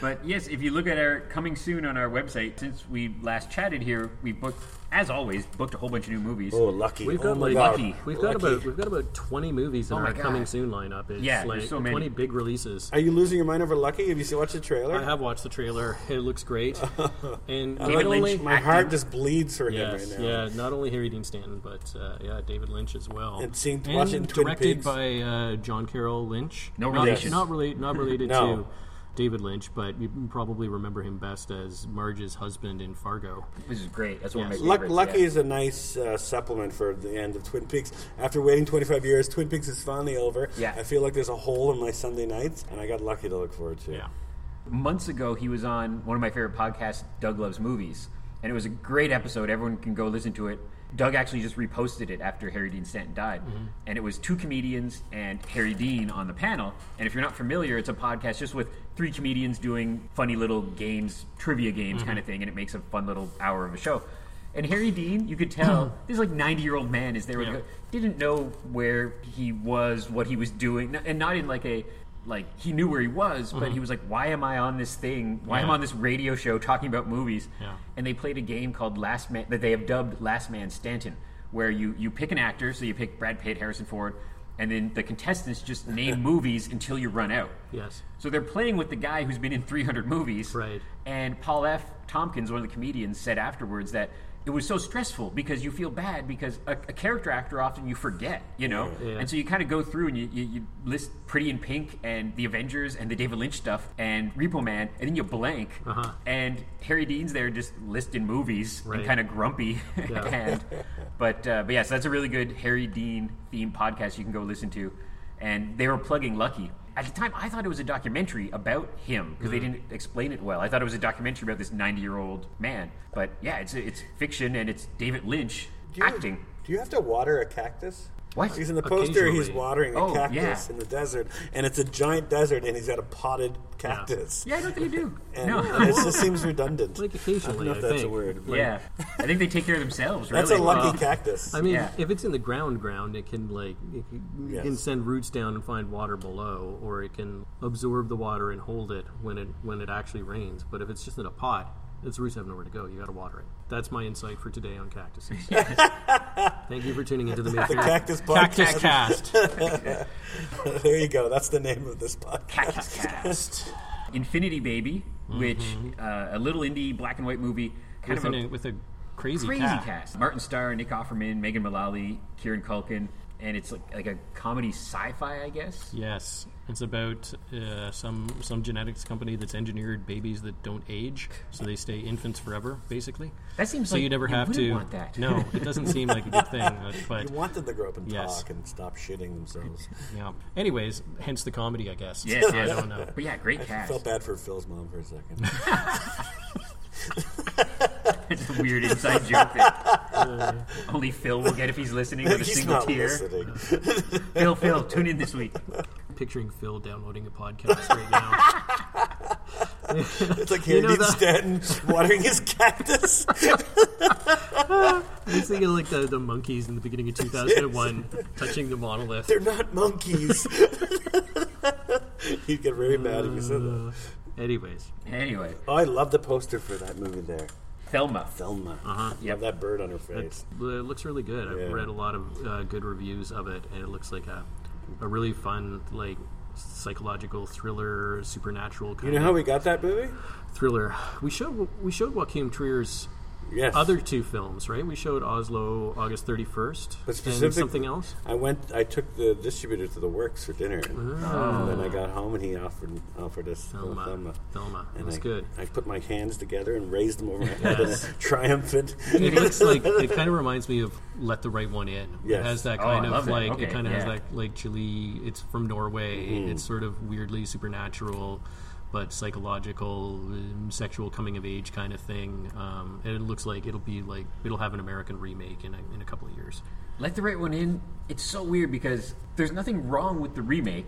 S3: but yes, if you look at our coming soon on our website, since we last chatted here, we booked, as always, booked a whole bunch of new movies.
S1: oh, lucky!
S2: We've
S1: oh
S2: got
S1: my
S2: like-
S1: God.
S3: Lucky.
S2: we've got
S1: Lucky.
S2: about we've got about twenty movies in
S3: Oh my
S2: our
S3: God.
S2: coming soon lineup. It's
S3: Yeah,
S2: like
S3: there's so many.
S2: twenty big releases.
S1: Are you losing your mind over Lucky? Have you seen, watched the trailer?
S2: I have watched the trailer. It
S1: *laughs*
S2: looks great, and
S3: David
S2: not
S3: Lynch
S2: only
S1: My
S3: Acting.
S1: heart just bleeds for
S2: yes,
S1: him right now.
S2: yeah, not only Harry Dean Stanton, but uh, yeah, David Lynch as well.
S1: And seeing- watching Twin
S2: directed
S1: Peaks.
S2: by uh, John Carroll Lynch.
S3: No
S2: Not-
S3: relation.
S2: Not,
S1: *laughs*
S2: related. Not related
S1: No.
S2: to David Lynch, but you probably remember him best as Marge's husband in Fargo.
S3: This is great. That's one of my
S1: Luck,
S3: favorites.
S1: Lucky
S3: yeah.
S1: is a nice uh, supplement for the end of Twin Peaks. After waiting 25 years, Twin Peaks is finally over.
S3: Yeah.
S1: I feel like there's a hole in my Sunday nights, and I got Lucky to look forward to.
S2: Yeah.
S3: months ago he was on one of my favorite podcasts doug loves movies and it was a great episode everyone can go listen to it doug actually just reposted it after harry dean stanton died and it was two comedians and harry dean on the panel and if you're not familiar it's a podcast just with three comedians doing funny little games trivia games kind of thing and it makes a fun little hour of a show and Harry Dean, you could tell this like ninety year old man is there, with
S2: Yeah.
S3: the- didn't know where he was, what he was doing, n- and not in like a like he knew where he was, but he was like, "Why am I on this thing? Why
S2: Mm-hmm.
S3: am I
S2: Yeah.
S3: on this radio show talking about movies?"
S2: Yeah.
S3: And they played a game called Last Man that they have dubbed Last Man Stanton, where you you pick an actor, so you pick Brad Pitt, Harrison Ford, and then the contestants
S2: *laughs*
S3: just name movies until you run out.
S2: Yes.
S3: So they're playing with the guy who's been in 300 movies.
S2: Right.
S3: And Paul F. Tompkins, one of the comedians, said afterwards that it was so stressful because you feel bad because a, a character actor often you forget, you know?
S2: Yeah.
S3: And so you kind of go through and you, you, you list Pretty in Pink and The Avengers and the David Lynch stuff and Repo Man, and then you blank.
S2: Uh-huh.
S3: And Harry Dean's there just listing movies
S2: Right.
S3: and kind of grumpy. *laughs*
S2: Yeah.
S3: and, but, uh, but yeah, so that's a really good Harry Dean themed podcast you can go listen to. And they were plugging Lucky. At the time, I thought it was a documentary about him because they
S1: Mm-hmm.
S3: didn't explain it well. I thought it was a documentary about this 90 year old man. But yeah, it's, it's fiction and it's David Lynch
S1: Do you,
S3: acting.
S1: Do you have to water a cactus?
S3: What?
S1: He's in the poster. He's
S2: Occasionally.
S1: watering a
S3: Oh,
S1: cactus
S3: yeah.
S1: in the desert, and it's a giant desert, and he's got a potted cactus.
S3: Yeah, I don't think you do.
S1: And
S3: no.
S1: it just seems redundant.
S2: Like occasionally,
S1: I
S2: I,
S1: don't know if that's
S2: think.
S1: a word. but-
S3: Yeah. I think they take care of themselves, really. Uh,
S1: That's a lucky
S3: Well,
S1: cactus.
S2: I mean,
S3: Yeah.
S2: if it's in the ground, ground, it can like it can, it can
S1: Yes.
S2: send roots down and find water below, or it can absorb the water and hold it when it when it actually rains. But if it's just in a pot, its roots have nowhere to go. You got to water it. That's my insight for today on cactuses.
S5: *laughs*
S2: Thank you for tuning into the
S3: *laughs*
S2: Mayfair.
S1: Cactus podcast.
S5: Cactus Cast.
S1: there you go. That's the name of this podcast.
S3: Cactus Cast. Infinity Baby, which
S1: Mm-hmm.
S3: uh, a little indie black and white movie, kind
S5: with,
S3: of a
S5: an, with a crazy,
S3: crazy
S5: cat.
S3: cast. Martin Starr, Nick Offerman, Megan Mullally, Kieran Culkin, and it's like, like a comedy sci-fi, I guess.
S5: Yes, it's about uh, some some genetics company that's engineered babies that don't age, so they stay infants forever, basically.
S3: That seems
S5: so
S3: like
S5: you never
S3: you
S5: have
S3: wouldn't
S5: to.
S3: want that. *laughs*
S5: No, it doesn't seem like a good thing, but, but
S1: *laughs* You want them to grow up and
S5: Yes.
S1: talk and stop shitting themselves.
S5: yeah. Anyways, hence the comedy, I guess.
S3: Yes,
S5: I
S3: yes.
S5: don't
S3: *laughs*
S5: know.
S3: But yeah, great
S1: I
S3: cast.
S1: felt bad for Phil's mom for a second.
S3: It's a weird inside joke that
S5: *laughs*
S3: only Phil will get if he's listening with
S1: *laughs*
S3: a
S1: He's
S3: single
S1: not
S3: tear.
S1: listening.
S3: Phil, Phil, tune in this week.
S2: Picturing Phil downloading a podcast right now. *laughs*
S1: It's like here,
S2: know
S1: Dean
S2: that-
S1: Stanton watering his cactus. *laughs*
S2: I was thinking of like the, the monkeys in the beginning of 2001 touching the monolith.
S1: They're not monkeys. *laughs* He'd get very mad if you said that.
S2: Uh, anyways,
S3: Anyway,
S1: Oh, I love the poster for that movie there.
S3: Thelma.
S1: Thelma.
S2: Uh-huh.
S1: Love that bird on her face.
S2: it's, it looks really good. I've
S1: Yeah.
S2: read a lot of uh, good reviews of it, and it looks like a, a really fun like psychological thriller, supernatural kind
S1: You know
S2: of
S1: how we got that movie?
S2: thriller. We showed we showed Joaquin Trier's
S1: Yes.
S2: other two films, right? We showed Oslo August 31st
S1: But
S2: and
S1: specifically-
S2: something else.
S1: I went. I took the distributor to the works for dinner, and then I got home, and he offered offered us little
S2: Mm. Thelma.
S1: Thelma.
S2: Thelma.
S1: And
S2: That's
S1: I, *laughs*
S2: good.
S1: I put my hands together and raised them over my head in a *laughs* triumphant.
S5: It looks like it kind of reminds me of Let the Right One In.
S1: Yes.
S5: It has that
S3: Oh, I
S5: kind
S3: love
S5: of
S3: it.
S5: like
S3: Okay,
S5: it kind of has
S3: yeah.
S5: that like Chile. It's from Norway.
S1: Mm-hmm.
S5: It's sort of weirdly supernatural, but psychological, um, sexual coming of age kind of thing. Um, and it looks like it'll be like it'll have an American remake in a, in a couple of years.
S3: Let the right one in. It's so weird because there's nothing wrong with the remake,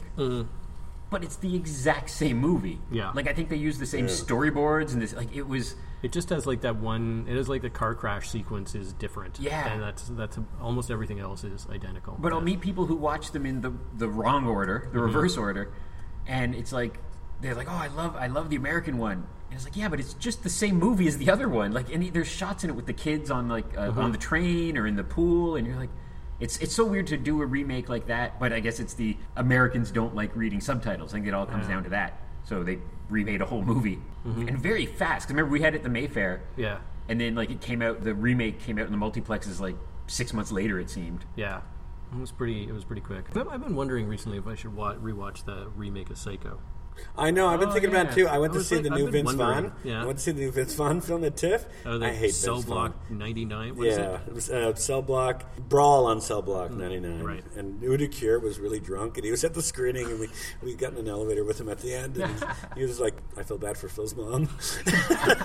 S3: but it's the exact same movie.
S5: Mm-hmm. Yeah.
S3: Like I think they used the same storyboards and this. Like it was.
S5: It just has like that one. It is like the car crash sequence is different.
S3: Yeah.
S5: and that's that's almost everything else is identical.
S3: But I'll meet people who watch them in the the wrong order, the reverse order, and it's like they're like, "Oh, I love I love the American one." And it's like, "Yeah, but it's just the same movie as the other one." Like, and there's shots in it with the kids on like uh, on the train or in the pool, and you're like, "It's it's so weird to do a remake like that." But I guess it's the Americans don't like reading subtitles. I think it all comes down to that. So they remade a whole movie and very fast. 'Cause remember we had it at the Mayfair,
S5: yeah,
S3: and then like it came out. The remake came out in the multiplexes like six months later. It seemed.
S5: yeah. It was pretty. It was pretty quick.
S2: I've I've been wondering recently if I should wa- rewatch the remake of Psycho.
S1: I know. I've been
S3: Oh,
S1: thinking about it
S3: yeah.
S1: too. I went
S2: I
S1: to
S2: was
S1: see
S2: like-
S1: the
S2: I've
S1: new
S2: been
S1: Vince
S2: wondering.
S1: Vaughn.
S2: Yeah.
S1: I went to see the new Vince Vaughn film at TIFF.
S2: Oh, the
S1: I hate
S2: Cell
S1: Vince Vaughn.
S2: Block 99. What is
S1: yeah,
S2: it? Mm.
S1: it was, uh, Cell Block Brawl on Cell Block ninety nine.
S2: right.
S1: And Udo Kier was really drunk, and he was at the screening, and we we got in an elevator with him at the end, and
S2: *laughs*
S1: he was like, "I feel bad for Phil's mom." *laughs*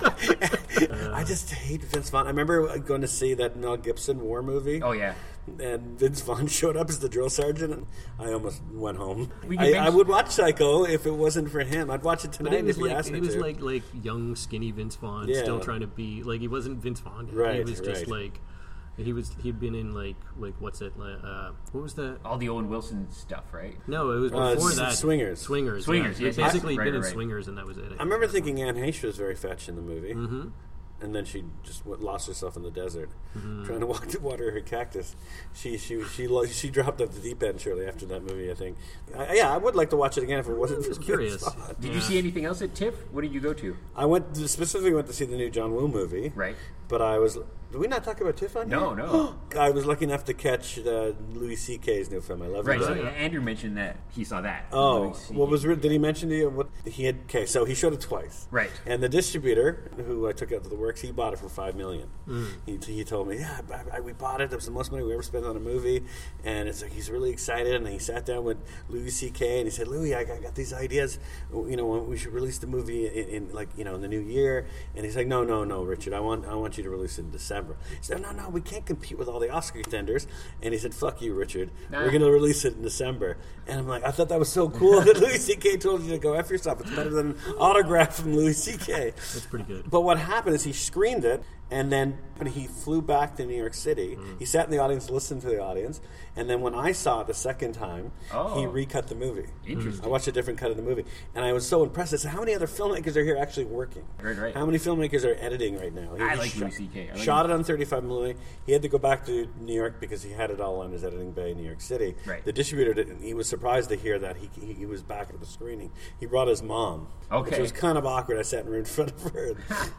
S1: I just hate Vince Vaughn. I remember going to see that Mel Gibson war movie.
S3: Oh yeah.
S1: And Vince Vaughn *laughs* showed up as the drill sergeant, and I almost went home.
S3: We can
S1: I,
S3: bench-
S1: I would watch Psycho if it wasn't for him. I'd watch it tonight
S2: But it was
S1: if he
S2: like
S1: asked me
S2: it was
S1: to.
S2: like like young skinny Vince Vaughn
S1: Yeah.
S2: still trying to be like he wasn't Vince Vaughn. He
S1: Right,
S2: was just
S1: right.
S2: like he was he'd been in like like what's it like, uh, what was that?
S3: all the Owen Wilson stuff, right?
S2: No, it was
S1: Uh,
S2: before
S1: S-
S2: that.
S1: Swingers.
S2: Swingers,
S3: Swingers,
S2: Yeah.
S3: yes,
S2: He'd
S3: yes.
S2: basically
S3: Right,
S2: been
S3: right,
S2: in
S3: right.
S2: Swingers, and that was it.
S1: I remember thinking Anne Heche was very fetch in the movie, mm-hmm. and then she just w- lost herself in the desert,
S3: Mm-hmm.
S1: trying to *laughs* walk to water her cactus. She she she lo- she dropped up the deep end shortly after that movie. I think. I, yeah, I would like to watch it again if it wasn't
S2: I'm
S1: for
S2: just curious.
S1: Vince Vaughn.
S3: Did
S2: Yeah.
S3: you see anything else at TIFF? What did you go to?
S1: I went specifically went to see the new John Woo movie,
S3: Right.
S1: But I was. Did we not talk about Tiff on
S3: No,
S1: here?
S3: no.
S1: *gasps* I was lucky enough to catch the Louis C.K.'s new film. I love
S3: Right.
S1: it.
S3: So
S2: yeah.
S3: Andrew mentioned that he saw that.
S1: Oh,
S3: Let me see.
S1: what was re- did he mention to you what he had? Okay, so he showed it twice,
S3: Right.
S1: And the distributor who I took out to the works, he bought it for five million.
S3: Mm.
S1: He, he told me, yeah, I, I, we bought it. It was the most money we ever spent on a movie, and it's like he's really excited. And he sat down with Louis C.K. and he said, Louis, I got, I got these ideas. You know, we should release the movie in, in like you know in the new year. And he's like, No, no, no, Richard, I want I want you to release it in December. He said, No, no, we can't compete with all the Oscar contenders. And he said, Fuck you, Richard.
S3: Nah.
S1: We're gonna to release it in December. And I'm like, I thought that was so cool that *laughs* Louis C.K. told you to go after yourself. It's better than an autograph from Louis C.K.
S2: That's pretty good.
S1: But what happened is he screened it, And then when he flew back to New York City,
S3: Mm.
S1: he sat in the audience, listened to the audience, and then when I saw it the second time, he
S3: Oh.
S1: recut the movie.
S3: Interesting.
S1: I watched a different cut of the movie, and I was so impressed. I said, "How many other filmmakers are here actually working?
S3: Right, right.
S1: How many filmmakers are editing right now?" He
S3: I
S1: just
S3: like
S1: shot-
S3: Louis CK. I like
S1: shot it on 35 mm. He had to go back to New York because he had it all on his editing bay in New York City.
S3: Right.
S1: The distributor didn't. He was surprised to hear that he, he, he was back at the screening. He brought his mom. Which
S3: Okay.
S1: was kind of awkward. I sat in in front of her,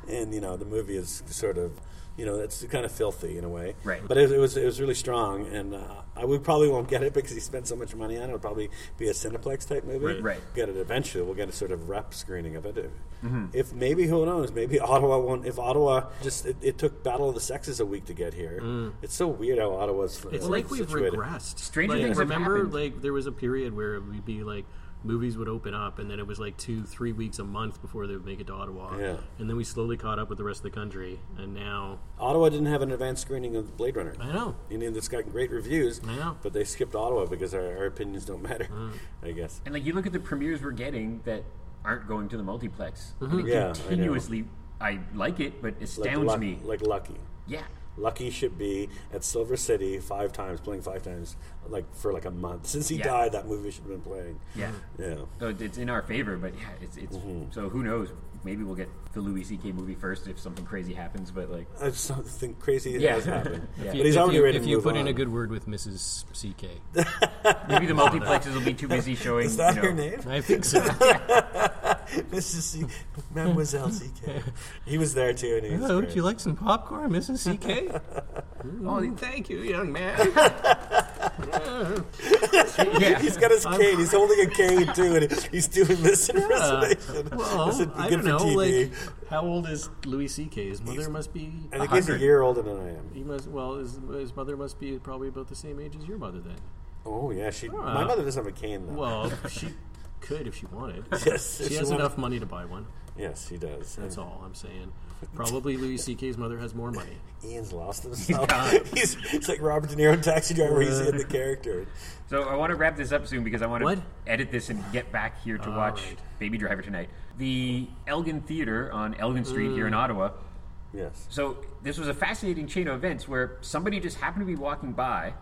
S1: and, and, you know the movie is sort of, you know, it's kind of filthy in a way.
S3: Right.
S1: But it, it was it was really strong, and uh, I we probably won't get it because he spent so much money on it. It'll probably be a Cineplex type movie.
S3: Right. Right.
S1: Get it eventually. We'll get a sort of rep screening of it. If,
S3: Mm-hmm.
S1: if maybe who knows? Maybe Ottawa won't. If Ottawa just it, it took Battle of the Sexes a week to get here.
S3: Mm.
S1: It's so weird how Ottawa's.
S2: It's
S1: uh,
S2: like we've
S1: situated.
S2: regressed.
S3: Stranger
S2: like,
S3: things have
S2: remember,
S3: happened.
S2: like there was a period where it would be like movies would open up, and then it was like two, three weeks a month before they would make it to Ottawa.
S1: Yeah.
S2: And then we slowly caught up with the rest of the country, and now
S1: Ottawa didn't have an advanced screening of Blade Runner.
S2: I know.
S1: And it's gotten great reviews,
S2: I know.
S1: but they skipped Ottawa because our, our opinions don't matter,
S3: Mm.
S1: I guess.
S3: And like you look at the premieres we're getting that aren't going to the multiplex. And it
S1: Mm-hmm. Yeah, I know.
S3: continuously, I, like it, but
S1: Like,
S3: astounds
S1: luck-
S3: me.
S1: like Lucky.
S3: yeah,
S1: Lucky should be at Silver City five times, playing five times, like for like a month. Since he
S3: Yeah.
S1: died, that movie should have been playing.
S3: yeah.
S1: Yeah.
S3: So it- it's in our favor, but yeah, it's it's.
S1: Mm-hmm.
S3: So who knows? Maybe we'll get the Louis C.K. movie first if something crazy happens.
S1: *laughs*
S3: But like,
S1: I just don't think crazy
S3: Yeah.
S1: has happened.
S3: Yeah.
S1: But
S5: *laughs*
S1: he's
S5: if
S1: already
S5: you,
S1: ready
S5: if
S1: to
S5: you
S1: move
S5: put
S1: on.
S5: in a good word with Mrs.
S1: *laughs*
S5: CK,
S3: maybe the multiplexes will be too busy showing.
S5: *laughs*
S1: Is that
S3: you know,
S1: her name? *laughs*
S5: I think so.
S1: This is C- Mademoiselle CK. He was there too, and he was
S5: Oh,
S1: great.
S5: would you like some popcorn, Mrs. CK?
S2: Oh, thank you,
S5: *laughs*
S1: *laughs*
S2: young man.
S3: Yeah.
S1: *laughs* He's got his cane.
S5: *laughs*
S1: He's holding a cane too, and he's doing this in impersonation. *laughs* This
S2: well,
S1: would be
S2: I
S1: good
S2: don't
S1: for
S2: know.
S1: TV.
S2: Like, how old is Louis C.K.? His mother must be.
S1: I think he's a
S3: 100.
S1: year older than I am.
S2: He must. Well, his, his mother must be probably about the same age as your mother then.
S1: Oh yeah, she. my mother doesn't have a cane though.
S2: Well, she could if she wanted.
S1: *laughs* yes, if
S2: She has
S1: wanted-
S2: enough money to buy one.
S1: Yes, he does.
S2: That's all I'm saying. Probably Louis C.K.'s mother has more money.
S1: Ian's
S5: *laughs*
S1: lost himself. *laughs* he's it's like Robert De Niro in Taxi Driver. He's in
S5: Uh.
S1: the character.
S3: So I want to wrap this up soon because I want
S2: What?
S3: to edit this and get back here to watch
S2: right.
S3: Baby Driver tonight. The Elgin Theater on Elgin Street here in Ottawa.
S1: Yes.
S3: So this was a fascinating chain of events where somebody just happened to be walking by,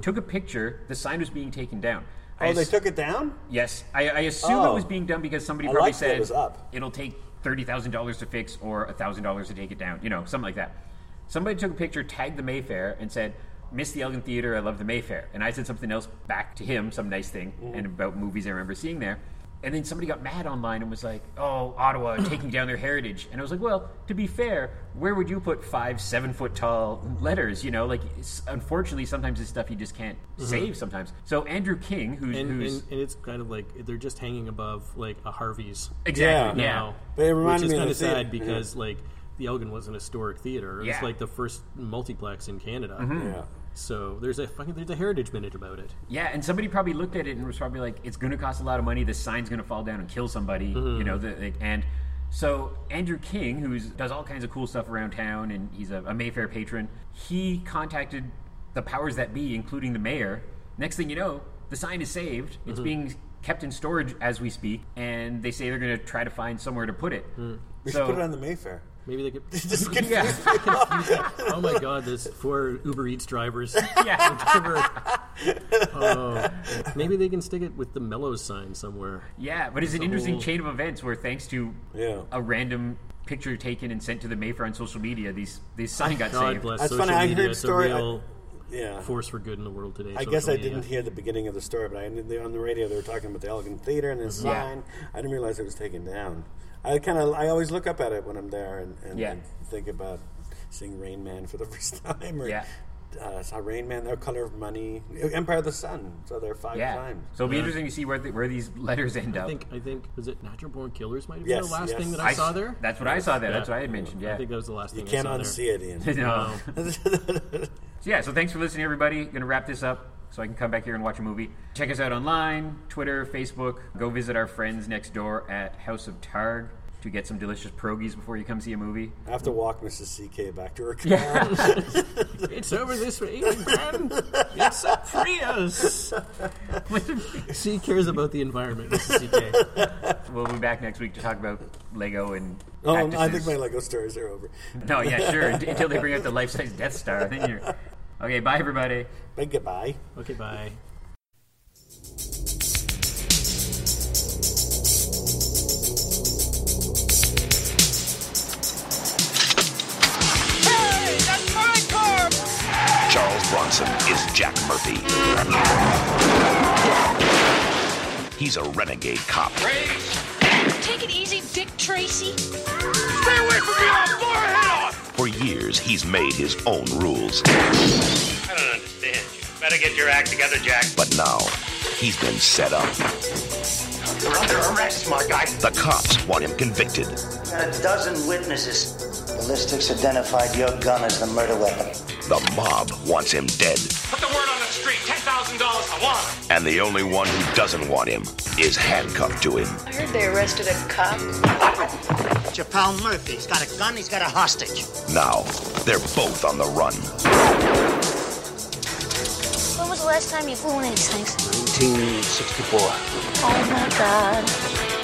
S3: took a picture. The sign was being taken down. I
S1: Oh, they
S3: ass-
S1: took it down.
S3: Yes, I, I assume
S1: Oh.
S3: it was being done because somebody
S1: I
S3: probably
S1: liked that it
S3: said
S1: was up.
S3: it'll take thirty thousand dollars to fix or thousand dollars to take it down. You know, something like that. Somebody took a picture, tagged the Mayfair, and said, "Miss the Elgin Theater. I love the Mayfair." And I said something else back to him, some nice thing,
S1: Mm-hmm.
S3: and about movies I remember seeing there. And then somebody got mad online and was like, "Oh,
S1: *coughs*
S3: Ottawa taking down their heritage." And I was like, "Well, to be fair, where would you put five seven foot tall letters? You know, like it's, unfortunately, sometimes this stuff you just can't
S1: Mm-hmm.
S3: save. Sometimes." So Andrew King, who's,
S2: And,
S3: who's
S2: and, and it's kind of like they're just hanging above like a Harvey's
S3: Exactly.
S1: Yeah.
S3: Yeah.
S2: now.
S1: But it reminded
S2: which is
S1: me of
S2: kind
S1: the
S2: of sad
S1: theater.
S2: because like the Elgin was an historic theater. It's
S3: Yeah. Mm-hmm.
S2: like the first multiplex in Canada.
S1: Yeah.
S2: So there's a fucking there's a heritage minute about it.
S3: Yeah, and somebody probably looked at it and was probably like, "It's going to cost a lot of money. This sign's going to fall down and kill somebody." You know, the, like, and so Andrew King, who does all kinds of cool stuff around town, and he's a, a Mayfair patron, he contacted the powers that be, including the mayor. Next thing you know, the sign is saved. It's being kept in storage as we speak, and they say they're going to try to find somewhere to put it.
S1: We should
S3: So *laughs*
S1: put it on the Mayfair.
S2: Maybe they could.
S1: *laughs* Just get
S3: yeah,
S2: oh my god, this for Uber Eats drivers.
S1: *laughs*
S3: yeah.
S2: oh, maybe they can stick it with the Mellows sign somewhere.
S3: Yeah, but it's an interesting
S2: whole-
S3: chain of events where, thanks to
S1: Yeah.
S3: a random picture taken and sent to the Mayfair on social media, these these sign got
S2: God
S3: saved.
S2: bless
S1: That's
S2: social
S1: funny, I
S2: media.
S1: heard
S2: it's
S1: story-
S2: a real
S1: yeah.
S2: force for good in the world today.
S1: I
S2: social
S1: guess I
S2: media.
S1: didn't hear the beginning of the story, but I knew they, on the radio they were talking about the Elgin Theater and the
S2: Mm-hmm.
S3: Yeah.
S1: sign. I didn't realize it was taken down. I kind of I always look up at it when I'm there and, and,
S3: Yeah.
S1: and think about seeing Rain Man for the *laughs* first time. Or,
S3: Yeah.
S1: Uh, saw Rain Man, their color of money, Empire of the Sun. So they're five
S3: Yeah,
S1: times.
S3: so it'll be interesting to see where the, where these letters end
S2: I
S3: up.
S2: think I think was it Natural Born Killers might have
S1: Yes,
S2: been the last
S1: yes.
S2: thing that I,
S1: I
S2: saw there.
S3: That's what I saw there. That's
S2: Yeah.
S3: what I had mentioned. Yeah.
S2: I
S3: *laughs*
S2: think that was the last
S1: you
S2: thing
S1: can't
S2: I saw
S1: unsee it, Ian.
S3: No. *laughs* So yeah, so thanks for listening, everybody. Gonna wrap this up so I can come back here and watch a movie. Check us out online, Twitter, Facebook. Go visit our friends next door at House of Targ to get some delicious pierogies before you come see a movie.
S1: I
S2: *laughs*
S1: have to walk Mrs. CK back to her car. *laughs*
S2: there. It's over this way, man. It's a
S1: *laughs*
S2: *laughs* Prius. she cares about the environment, Mrs. CK.
S3: we'll be back next week to talk about Lego and.
S1: Oh,
S3: practices.
S1: I think my Lego stories are over.
S3: No, yeah, sure. Until they bring out the life-size Death Star, then you're. Okay, bye everybody.
S1: Big goodbye.
S2: Okay, bye.
S6: Hey, that's my car!
S7: Charles Bronson is Jack Murphy. He's a renegade cop
S8: Take it easy, Dick Tracy.
S6: Stay away from me! I'll blow your head off!
S7: For years, he's made his own rules,
S9: I don't understand you. Better get your act together, Jack.
S7: but now he's been set up.
S10: You're under arrest, my guy.
S7: The cops want him convicted.
S10: Got a dozen witnesses. Ballistics identified your gun as the murder weapon.
S7: The mob wants him dead,
S9: Put the word on the street. $10,000 a one.
S7: and the only one who doesn't want him is handcuffed to him.
S8: I heard they arrested a cop.
S10: Your pal Murphy's got a gun, he's got a hostage.
S7: Now they're both on the run.
S8: When was the last time you flew one of these things?
S10: 1964.
S8: Oh my god.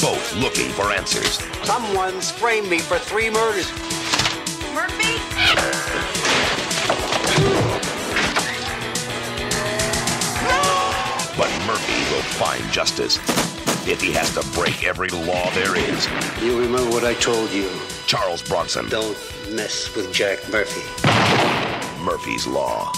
S7: Both looking for answers.
S10: Someone's framed me for three murders.
S8: Murphy?
S7: But Murphy will find justice if he has to break every law there is.
S10: You remember what I told you.
S7: Charles Bronson,
S10: Don't mess with Jack Murphy.
S7: Murphy's Law.